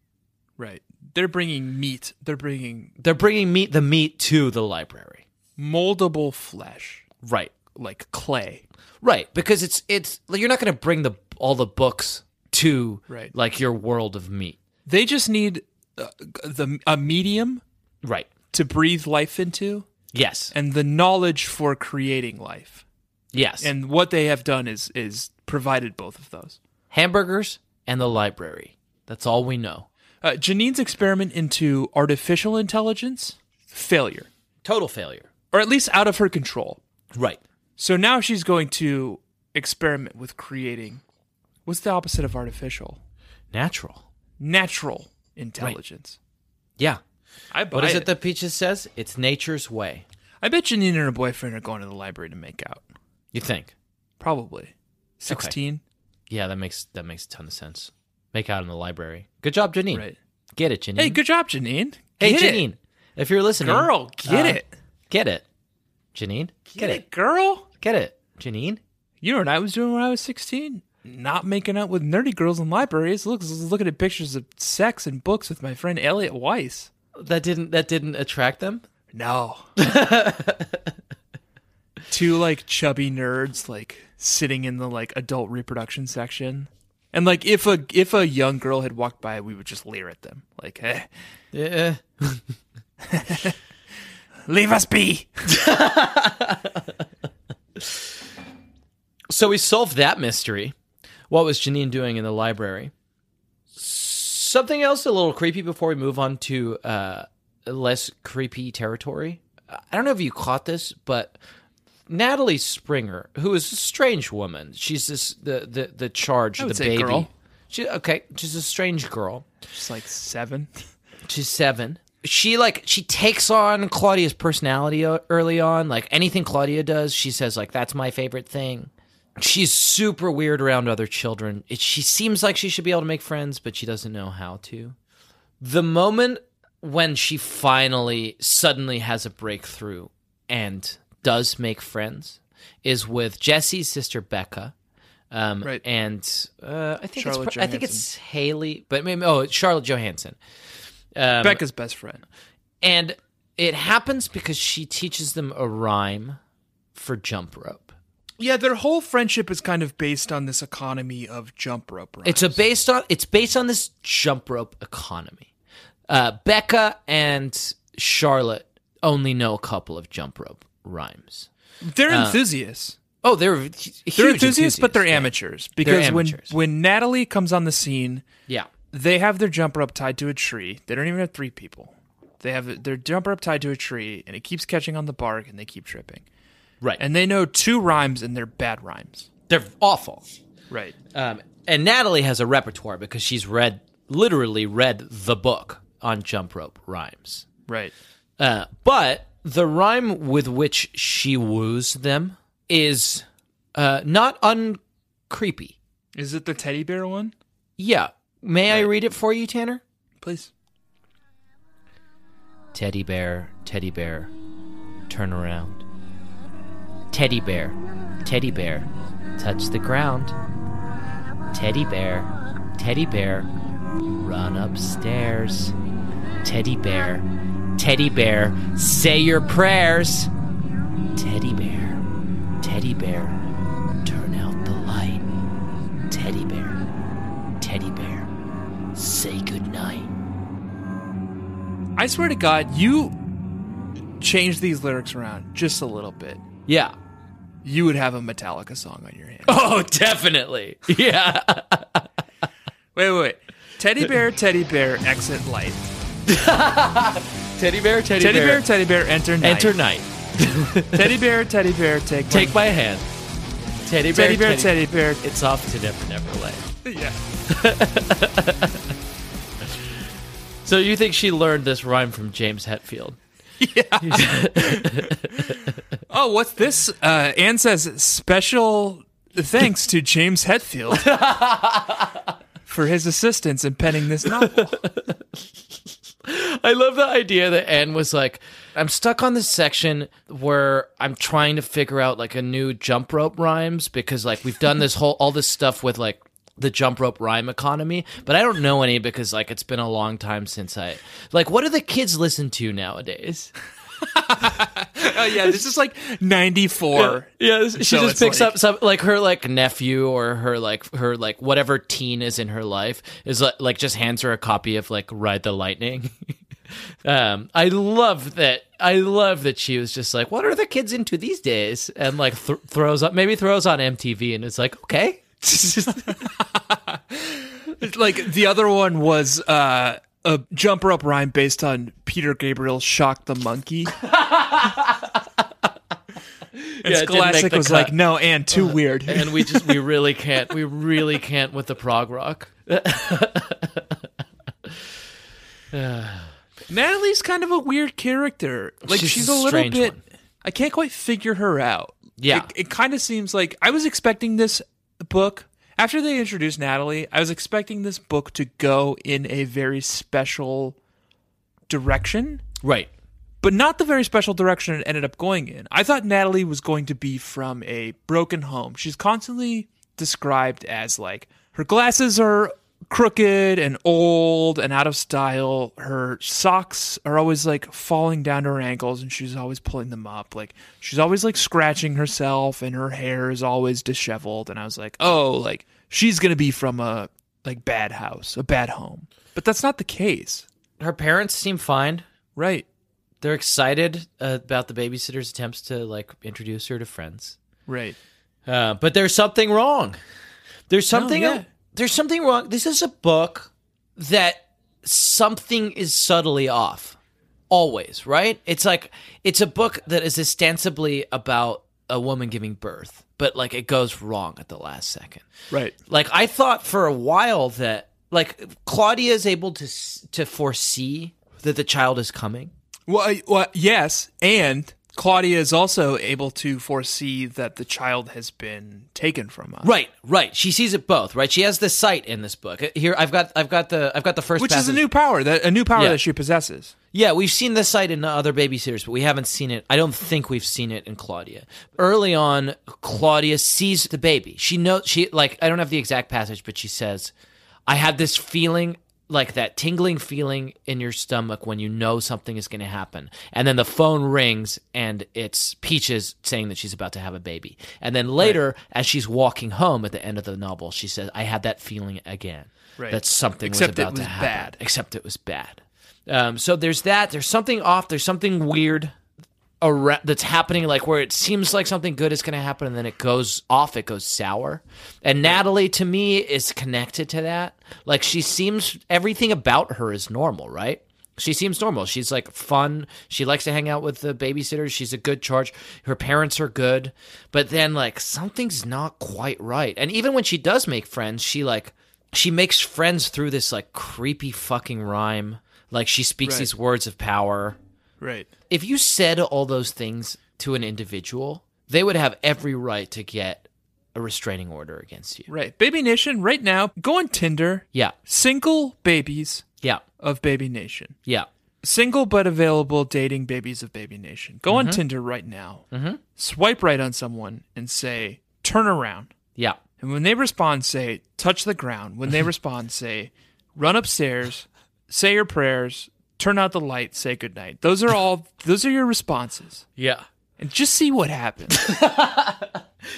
Right. They're bringing meat. They're bringing
They're bringing meat, the meat to the library.
moldable flesh,
Right.
like clay.
Right, because it's it's like you're not going to bring the all the books to
Right.
like your world of meat.
They just need uh, the a medium
Right.
to breathe life into
Yes.
and the knowledge for creating life.
yes. And
And what they have done is is provided both of those.
hamburgers and the library. That's all we know.
Uh, Janine's experiment into artificial intelligence failure,
Total failure.
or at least out of her control.
Right.
So now she's going to experiment with creating. What's the opposite of artificial?
Natural.
Natural intelligence.
Yeah.
I buy
What is
That-
it that Peaches says? It's nature's way.
I bet Janine and her boyfriend are going to the library to make out.
You think?
Probably sixteen,
Yeah, that makes that makes a ton of sense. Make out in the library. Good job, Janine.
right?
Get it, Janine.
Hey, good job, Janine.
Hey,
Get it.
Janine. If you're listening,
girl, get
uh,
it,
Get it, Janine.
get it, girl.
Get it, Janine.
You know what I was doing when I was 16? Not making out with nerdy girls in libraries. Look, I was looking at pictures of sex and books with my friend Elliot Weiss.
That didn't that didn't attract them.
No. Two like chubby nerds like sitting in the like adult reproduction section. And like if a if a young girl had walked by, we would just leer at them. Like, eh,
Yeah.
leave us be.
So we solved that mystery. What was Janine doing in the library? Something else a little creepy before we move on to uh, less creepy territory. I don't know if you caught this, but Natalie Springer, who is a strange woman, she's this the the the charge
I would
the
say
baby.
girl.
She, okay, she's a strange girl.
Just like seven.
She's seven. She like she takes on Claudia's personality o- early on. Like anything Claudia does, she says like that's my favorite thing. She's super weird around other children. It, she seems like she should be able to make friends, but she doesn't know how to. The moment when she finally suddenly has a breakthrough and does make friends is with Jesse's sister Becca. Um,
Right.
and uh, I think
Charlotte
it's pro- I think
Johansson.
it's Haley, but maybe oh it's Charlotte Johansson. Um,
Becca's best friend.
and it happens because she teaches them a rhyme for jump rope.
Yeah, their whole friendship is kind of based on this economy of jump rope rhymes.
It's a based on it's based on this jump rope economy. Uh, Becca and Charlotte only know a couple of jump rope rhymes.
They're
Uh.
enthusiasts.
Oh, they're hu- huge
They're enthusiasts, but they're
yeah.
amateurs because
amateurs.
when when Natalie comes on the scene,
Yeah,
they have their jumper up tied to a tree. They don't even have three people. They have their jumper up tied to a tree, and it keeps catching on the bark, and they keep tripping.
right. And
And they know two rhymes, and they're bad rhymes.
they're awful.
Right.
Um, and Natalie has a repertoire because she's read literally read the book on jump rope rhymes.
Right.
Uh, but the rhyme with which she woos them is uh, not uncreepy.
Is it the teddy bear one?
Yeah. May I read it for you, Tanner?
Please.
Teddy bear, teddy bear, turn around. Teddy bear, teddy bear, touch the ground. Teddy bear, teddy bear, run upstairs. Teddy bear, teddy bear, say your prayers. Teddy bear, teddy bear, turn out the light. Teddy bear, teddy bear, say goodnight.
I swear to God, you change these lyrics around just a little bit.
Yeah.
You would have a Metallica song on your hands.
Oh, definitely. Yeah.
Wait, wait, wait. Teddy bear, teddy bear, exit light.
teddy bear, teddy,
Teddy bear, teddy bear, enter night.
Enter night.
Teddy bear, teddy bear, take
Take
my
my hand. Teddy bear,
teddy bear, teddy bear.
It's off to Never Never Land.
Yeah.
So you think she learned this rhyme from James Hetfield?
Oh, what's this? Uh, Anne says special thanks to James Hetfield for his assistance in penning this novel.
I love the idea that Anne was like, I'm stuck on this section where I'm trying to figure out like a new jump rope rhymes because like we've done this whole all this stuff with like the jump rope rhyme economy, but I don't know any because like it's been a long time since I like what do the kids listen to nowadays?
Oh yeah, this is like '94.
Yeah, she
So
just
it's
picks
like-
up some like her like nephew or her like her like whatever teen is in her life is like, like just hands her a copy of like Ride the Lightning. um, I love that. I love that she was just like, "What are the kids into these days?" And like th- throws up maybe throws on MTV and it's like, okay.
Like the other one was uh, a jump rope rhyme based on Peter Gabriel's "Shock the Monkey." And
Yeah, it didn't make
Scholastic
the
was
cut.
like, "No, Anne, too weird."
and we just we really can't we really can't with the prog rock.
Natalie's kind of a weird character. Like
She's
she's,
a
a, little
strange
bit.
one.
I can't quite figure her out.
Yeah.
it, it kind of seems like I was expecting this book after they introduced Natalie. I was expecting this book to go in a very special direction,
Right.
but not the very special direction it ended up going in. I thought Natalie was going to be from a broken home. She's constantly described as like her glasses are crooked and old and out of style. Her socks are always like falling down to her ankles and she's always pulling them up. Like she's always like scratching herself and her hair is always disheveled. And I was like, oh, like she's going to be from a like bad house, a bad home. But that's not the case.
Her parents seem fine.
Right.
They're excited uh, about the babysitter's attempts to like introduce her to friends.
Right.
Uh, but there's something wrong. There's something.
yeah.
There's something wrong. This is a book that something is subtly off. Always, right? It's like it's a book that is ostensibly about a woman giving birth, but like it goes wrong at the last second.
Right.
Like I thought for a while that like Claudia is able to s- to foresee that the child is coming.
Well, I- well, yes, and Claudia is also able to foresee that the child has been taken from us,
Right, right. She sees it both, right? She has the sight in this book. Here, I've got, I've got the, I've got the first,
Which is a
passage.
new power that a new power
Yeah.
that she possesses.
Yeah, we've seen this sight in other babysitters, but we haven't seen it. I don't think we've seen it in Claudia. Early on, Claudia sees the baby. She knows she like I don't have the exact passage, but she says, "I had this feeling like that tingling feeling in your stomach when you know something is going to happen." And then the phone rings and it's Peaches saying that she's about to have a baby. And then later, as she's walking home at the end of the novel, she says, "I had that feeling again."
Right.
That something
Except
was
it
about
was
to happen.
bad.
Except it was bad. Um, so there's that. There's something off. There's something weird around, that's happening, like where it seems like something good is going to happen, and then it goes off. It goes sour. And Natalie, to me, is connected to that. Like she seems everything about her is normal, right? She seems normal. She's like fun. She likes to hang out with the babysitters. She's a good charge. Her parents are good. But then like something's not quite right. And even when she does make friends, she like she makes friends through this like creepy fucking rhyme. Like she speaks
Right.
these words of power.
Right.
If you said all those things to an individual, they would have every right to get a restraining order against you.
Right. Baby Nation, right now, go on Tinder.
Yeah.
Single babies
Yeah.
of Baby Nation.
Yeah.
Single but available dating babies of Baby Nation. Go
Mm-hmm.
on Tinder right now. Swipe right on someone and say, turn around.
Yeah.
And when they respond, say, touch the ground. When they respond, say, run upstairs, say your prayers, turn out the light, say goodnight. Those are all, those are your responses.
Yeah.
and just see what happens.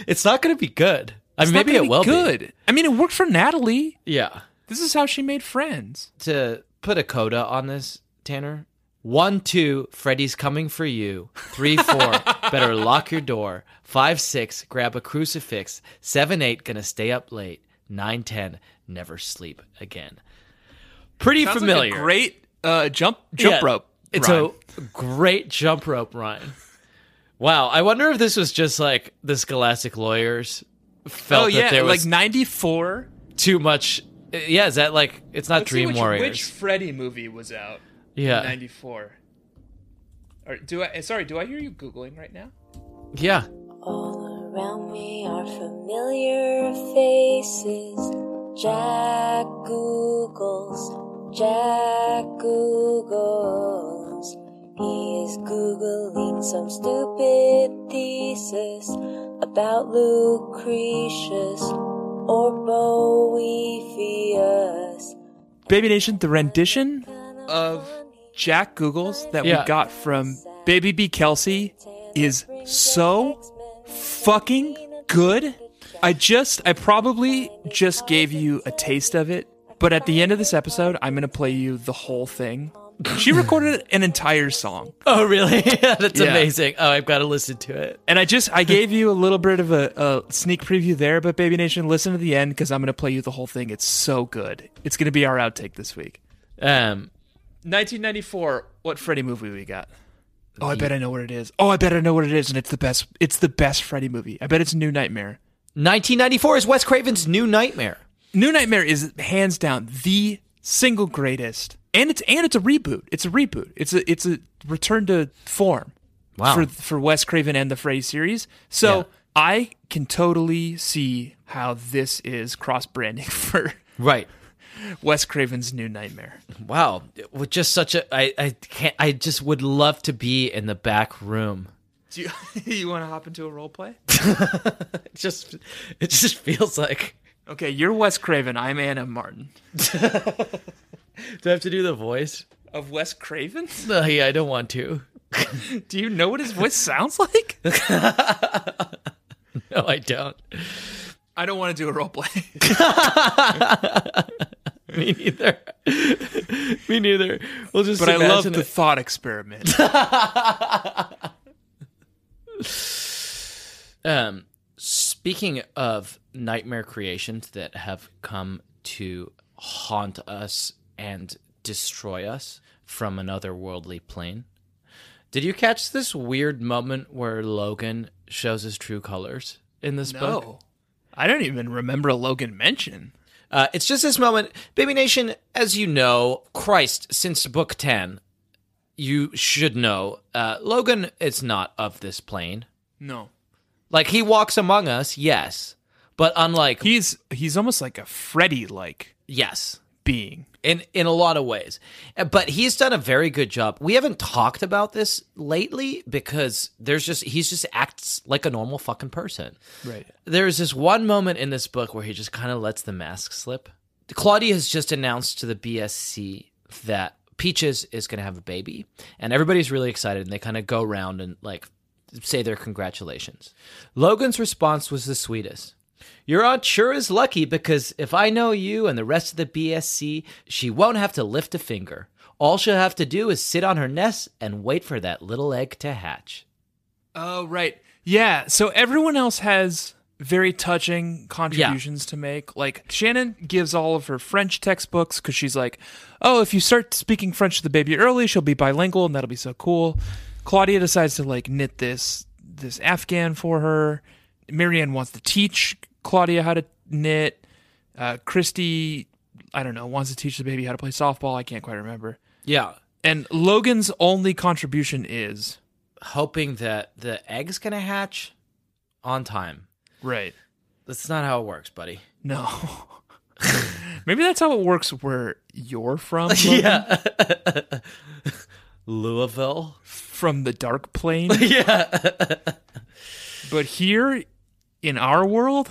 It's not going to be good. I mean,
It's not
maybe
gonna
it will
be good. I mean, it worked for Natalie.
be. Yeah.
This is how she made friends.
to put a coda on this, Tanner. One, two, Freddy's coming for you. Three, four, better lock your door. Five, six, grab a crucifix. Seven, eight, gonna stay up late. Nine, ten, never sleep again. Pretty
Sounds like a
familiar.
great uh, jump jump
Yeah,
rope.
It's
rhyme.
a great jump rope rhyme. Wow, I wonder if this was just like the Scholastic lawyers felt
oh yeah,
that there
like
was
ninety four.
too much. Yeah, is that like it's not Dream Warriors?
Freddy movie was out?
yeah,
four. Or do I? eh, Sorry, do I hear you googling right now?
yeah.
All around me are familiar faces. Jack Googles, Jack Googles. He is Googling some stupid thesis about Lucretius or Boethius.
Baby Nation, the rendition of Jack Googles that
Yeah.
we got from Baby B Kelsey is so fucking good. I just, I probably just gave you a taste of it, but at the end of this episode, I'm gonna play you the whole thing. She recorded an entire song,
Oh, really? That's
Yeah.
amazing. Oh, I've got to listen to it.
and I just, I gave you a little bit of a, a sneak preview there. But Baby Nation, listen to the end because I'm gonna play you the whole thing. It's so good. It's gonna be our outtake this week.
Um,
1994. What Freddy movie we got? Oh, I bet I know what it is. Oh, I bet I know what it is, and it's the best. It's the best Freddy movie. I bet it's New Nightmare.
1994 is Wes Craven's New Nightmare.
New Nightmare is hands down the single greatest, and it's and it's a reboot. It's a reboot. It's a it's a return to form
Wow.
for for Wes Craven and the Freddy series. So
Yeah.
I can totally see how this is cross branding for
Right.
Wes Craven's New Nightmare.
Wow. With just such a, I, I can't. I just would love to be in the back room.
Do you, you want to hop into a role play?
It just, it just feels like.
Okay, you're Wes Craven. I'm Anna Martin.
Do I have to do the voice?
Of Wes Craven?
No, yeah, I don't want to.
Do you know what his voice sounds like?
No, I don't.
I don't want to do a role play.
Me neither. Me neither. We'll just.
But I love
imagine
the
it.
thought experiment.
Um, speaking of nightmare creations that have come to haunt us and destroy us from another worldly plane, did you catch this weird moment where Logan shows his true colors in this book?
no. I don't even remember a Logan mention.
Uh, it's just this moment, Baby Nation. As you know, Christ, since book ten, you should know uh, Logan is not of this plane.
No.
Like he walks among us, yes, but unlike
He's he's almost like a Freddy like
yes,
being.
in in a lot of ways. Uh, But he's done a very good job. We haven't talked about this lately because there's just he's just acts like a normal fucking person.
Right.
There's this one moment in this book where he just kind of lets the mask slip. Claudia has just announced to the BSC that Peaches is going to have a baby, and everybody's really excited, and they kind of go around and like say their congratulations. Logan's response was the sweetest. Your aunt sure is lucky because if I know you and the rest of the BSC, she won't have to lift a finger. All she'll have to do is sit on her nest and wait for that little egg to hatch.
Oh, right. Yeah. So everyone else has very touching contributions to make. Like Shannon gives all of her French textbooks because she's like, oh, if you start speaking French to the baby early, she'll be bilingual and that'll be so cool. Claudia decides to like knit this this Afghan for her. Marianne wants to teach Claudia how to knit. Uh, Christy, I don't know, wants to teach the baby how to play softball. I can't quite remember.
Yeah.
And Logan's only contribution is
Hoping that the egg's gonna hatch on time.
right.
That's not how it works, buddy.
No. Maybe that's how it works where you're from. Logan.
Yeah. Louisville.
From the dark plane. yeah. but here in our world,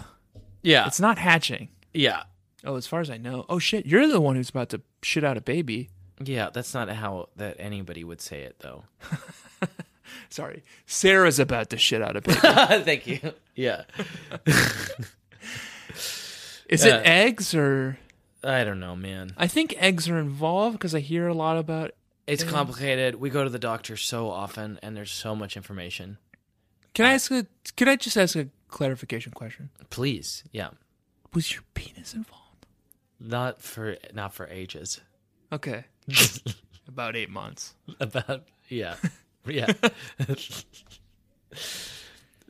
Yeah.
it's not hatching.
yeah.
Oh, as far as I know. Oh shit, you're the one who's about to shit out a baby.
Yeah, that's not how that anybody would say it though.
Sorry. Sarah's about to shit out of baby.
Thank you. Yeah.
Is
Yeah.
it eggs or
I don't know, man.
I think eggs are involved because I hear a lot about
It's complicated. We go to the doctor so often, and there's so much information.
Can
Uh,
I ask a can I just ask a clarification question?
Please, yeah,
Was your penis involved?
not for not for ages.
Okay. about 8 months.
About yeah, yeah.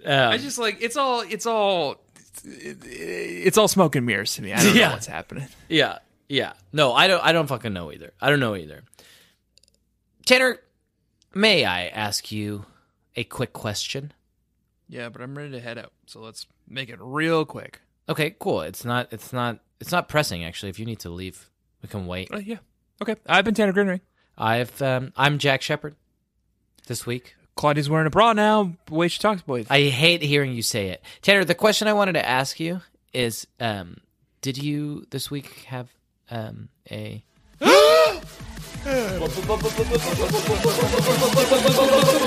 Um,
I just like it's all it's all it- it's all smoke and mirrors to me. I don't
Yeah.
know what's happening.
Yeah, yeah. No, I don't. I don't fucking know either. I don't know either. Tanner, may I ask you a quick question?
Yeah, but I'm ready to head out. So let's make it real quick.
Okay, cool. It's not. It's not. It's not pressing. Actually, if you need to leave, we can wait.
Uh, yeah. Okay. I've been Tanner Greenring.
I've. Um, I'm Jack Shepard. This week,
Claudia's wearing a bra now. Way she talks, boy.
I hate hearing you say it, Tanner. The question I wanted to ask you is, um, did you this week have um, a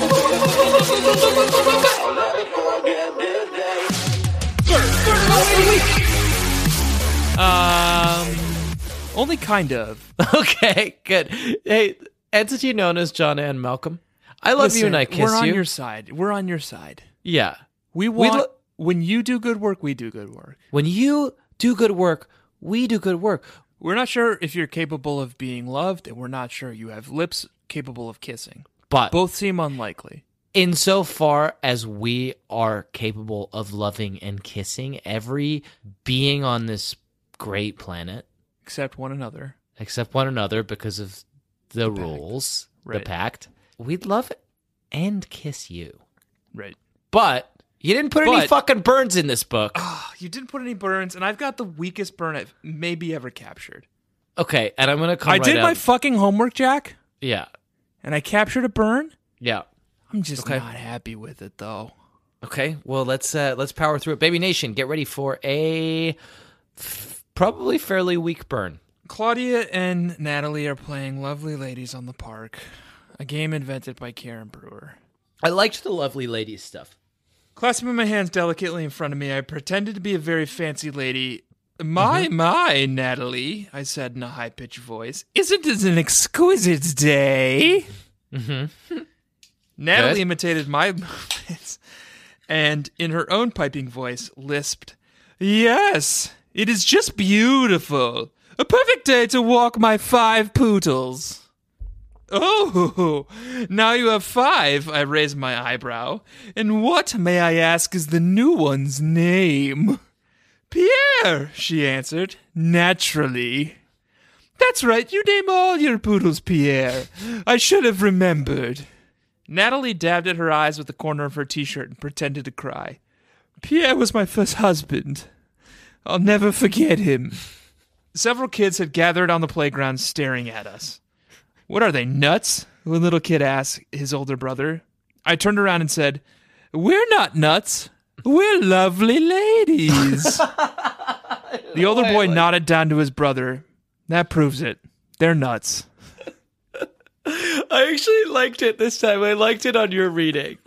Um, only kind of.
Okay, good. Hey, entity known as John and Malcolm. I love you
Listen,
and I kiss
We're on
you.
your side. We're on your side.
Yeah.
We want
lo-
when you do good work, we do good work.
When you do good work, we do good work.
We're not sure if you're capable of being loved, and we're not sure you have lips capable of kissing.
But
Both seem unlikely.
insofar as we are capable of loving and kissing every being on this great planet,
Except one another.
except one another because of the, rules, the
Right.
pact, we love and kiss you.
Right.
But you didn't put any
But-
fucking burns in this book.
You didn't put any burns, and I've got the weakest burn I've maybe ever captured.
Okay, and I'm gonna come.
I
right
did
out-
my fucking homework, Jack,
yeah,
and I captured a burn.
yeah.
I'm just
Okay.
not happy with it, though.
Okay, well let's uh, let's power through it, baby nation. Get ready for a f- probably fairly weak burn.
Claudia and Natalie are playing Lovely Ladies on the Park, a game invented by Karen Brewer.
I liked the lovely ladies stuff.
Clasping my hands delicately in front of me, I pretended to be a very fancy lady. My, my, Natalie, I said in a high pitched voice. Isn't it an exquisite day? Natalie
Good.
imitated my movements and, in her own piping voice, lisped, Yes, it is just beautiful. A perfect day to walk my five poodles. Oh, now you have five, I raise my eyebrow. And what, may I ask, is the new one's name? Pierre, she answered, naturally. That's right, you name all your poodles Pierre. I should have remembered. Natalie dabbed at her eyes with the corner of her t shirt and pretended to cry. Pierre was my first husband. I'll never forget him. Several kids had gathered on the playground staring at us. What are they, nuts? One little kid asked his older brother. I turned around and said, We're not nuts. We're lovely ladies. the older boy nodded down to his brother. That proves it. They're nuts.
I actually liked it this time. I liked it on your reading.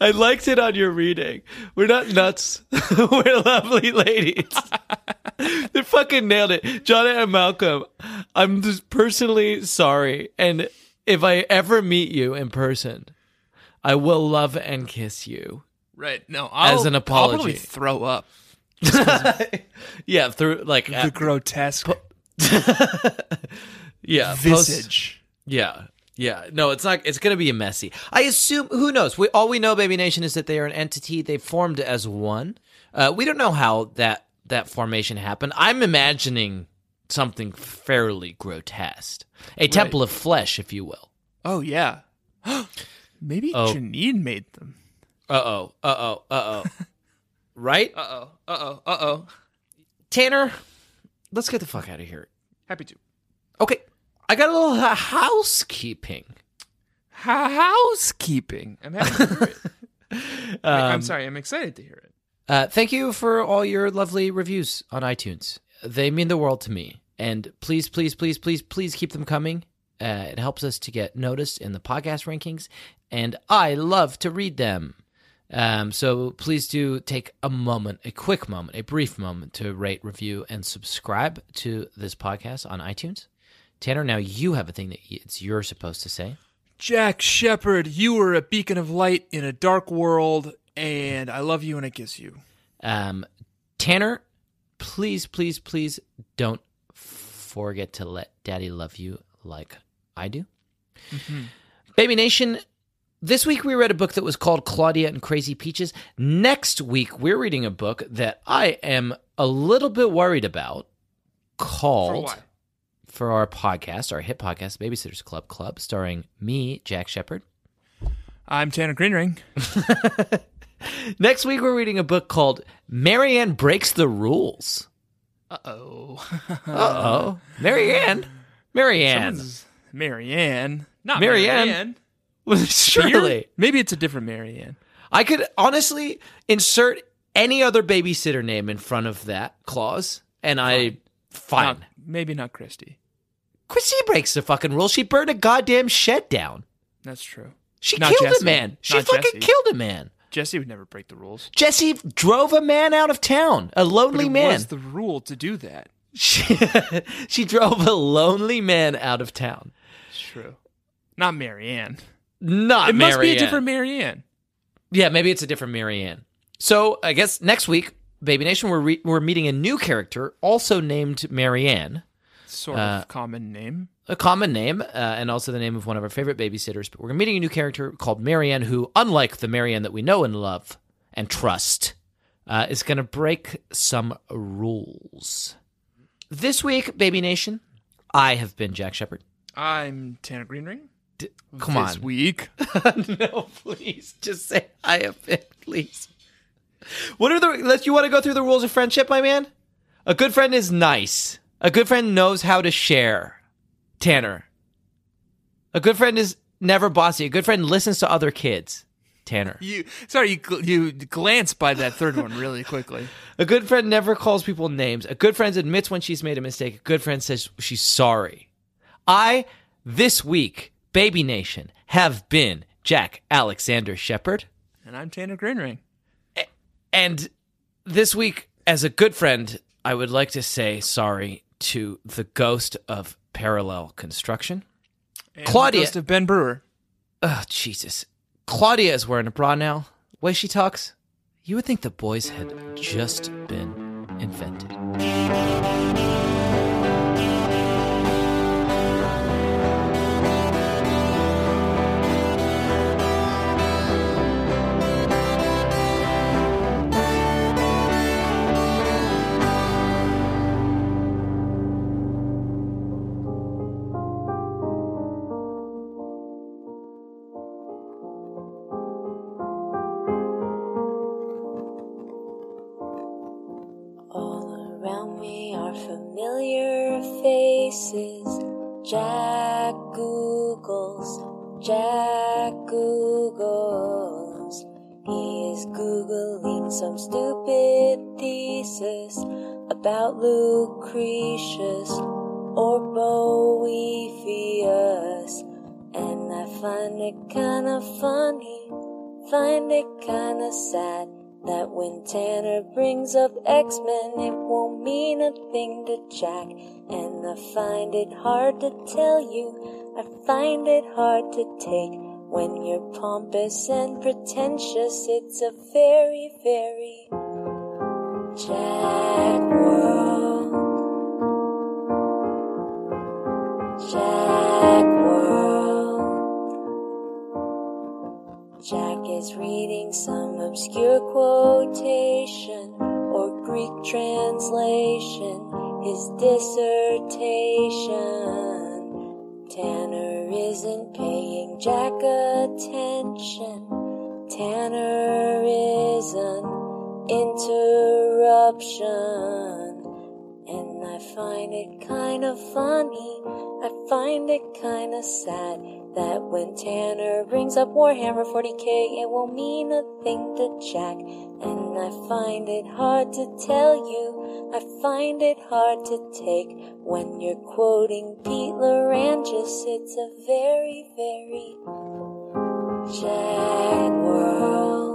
I liked it on your reading. We're not nuts. We're lovely ladies. they fucking nailed it. John and Malcolm, I'm just personally sorry. And if I ever meet you in person, I will love and kiss you.
Right. No, I'll,
As an
I'll probably
apology.
throw up.
Yeah, through like uh,
The grotesque
yeah,
visage.
Yeah. Yeah. No, it's not it's going to be a messy. I assume who knows. We all we know Baby Nation is that they are an entity. They formed as one. Uh we don't know how that that formation happened. I'm imagining something fairly grotesque. A temple of flesh, if you will.
oh, yeah. Maybe
Oh.
Janine made them.
Uh-oh. Uh-oh. Uh-oh. right?
Uh oh. Uh oh. Uh oh.
Tanner, let's get the fuck out of here.
Happy to.
Okay. I got a little h- housekeeping.
Housekeeping. I'm happy to hear it.
Um,
I'm sorry. I'm excited to hear it.
Uh, thank you for all your lovely reviews on iTunes. They mean the world to me. And please, please, please, please, please keep them coming. Uh, it helps us to get noticed in the podcast rankings. and I love to read them. Um, so please do take a moment, a quick moment, a brief moment to rate, review, and subscribe to this podcast on iTunes. Tanner, now you have a thing that y- it's you're supposed to say.
Jack Shepard, you were a beacon of light in a dark world, and I love you and I kiss you.
Um, Tanner, please, please, please don't forget to let daddy love you like I do.
Mm-hmm.
Baby Nation, this week we read a book that was called Claudia and Crazy Peaches. Next week, we're reading a book that I am a little bit worried about
For
called
what?
for our podcast, our hit podcast, Babysitters Club Club, starring me, Jack Shepard.
I'm Tanner Greenring.
Next week, we're reading a book called Marianne Breaks the Rules.
Uh oh.
Uh oh. Marianne. Marianne.
Marianne. Not
Marianne.
Marianne.
Surely.
You're- Maybe it's a different Marianne.
I could honestly insert any other babysitter name in front of that clause, and I. Fine.
Not- maybe not Christy.
Chrissy breaks the fucking rule. She burned a goddamn shed down.
That's true.
She
Not
killed
Jesse.
a man. She
Not
fucking
Jesse.
killed a man.
Jesse would never break the rules.
Jesse drove a man out of town, a
But
lonely
it
man.
was the rule to do that.
she, she drove a lonely man out of town.
It's true. Not Marianne.
Not
it must be a
Marianne.
different Marianne.
Yeah, maybe it's a different Marianne. So I guess next week, Baby Nation, we're re- we're meeting a new character, also named Marianne,
Sort
Uh,
of common name.
a common name, uh, and also the name of one of our favorite babysitters. But we're meeting a new character called Marianne, who, unlike the Marianne that we know and love and trust, uh, is going to break some rules. This week, Baby Nation, I have been Jack Shepard.
I'm Tanner Greenring.
D- come
This
on,
week.
no, please, just say I have been, please. What are the? Let you want to go through the rules of friendship, my man. A good friend is nice. A good friend knows how to share. Tanner. A good friend is never bossy. A good friend listens to other kids. Tanner.
You sorry, you gl- you glanced by that third one really quickly.
A good friend never calls people names. A good friend admits when she's made a mistake. A good friend says she's sorry. I, this week, Baby Nation, have been Jack Alexander Shepard.
And I'm Tanner Greenring.
And this week, as a good friend, I would like to say sorry to the ghost of parallel construction.
And
Claudia-
the ghost of Ben Brewer.
Oh, Jesus. Claudia is wearing a bra now. The way she talks, you would think the boys had just been invented.
All around me are familiar faces. Jack Googles, Jack Googles. He is Googling some stupid thesis about Lucretius or Boethius. And I find it kinda funny, find it kinda sad that when Tanner brings up X Men, it won't mean a thing to Jack. And I find it hard to tell you, I find it hard to take. When you're pompous and pretentious, it's a very, very Jack world. Jack world. Jack is reading some obscure quotation or Greek translation, his dissertation. Tanner isn't paying Jack attention. Tanner is an interruption. And I find it kind of funny, I find it kind of sad that when Tanner brings up Warhammer 40k, it won't mean a thing to Jack. And I find it hard to tell you, I find it hard to take when you're quoting Pete Larangis. It's a very, very Jack World.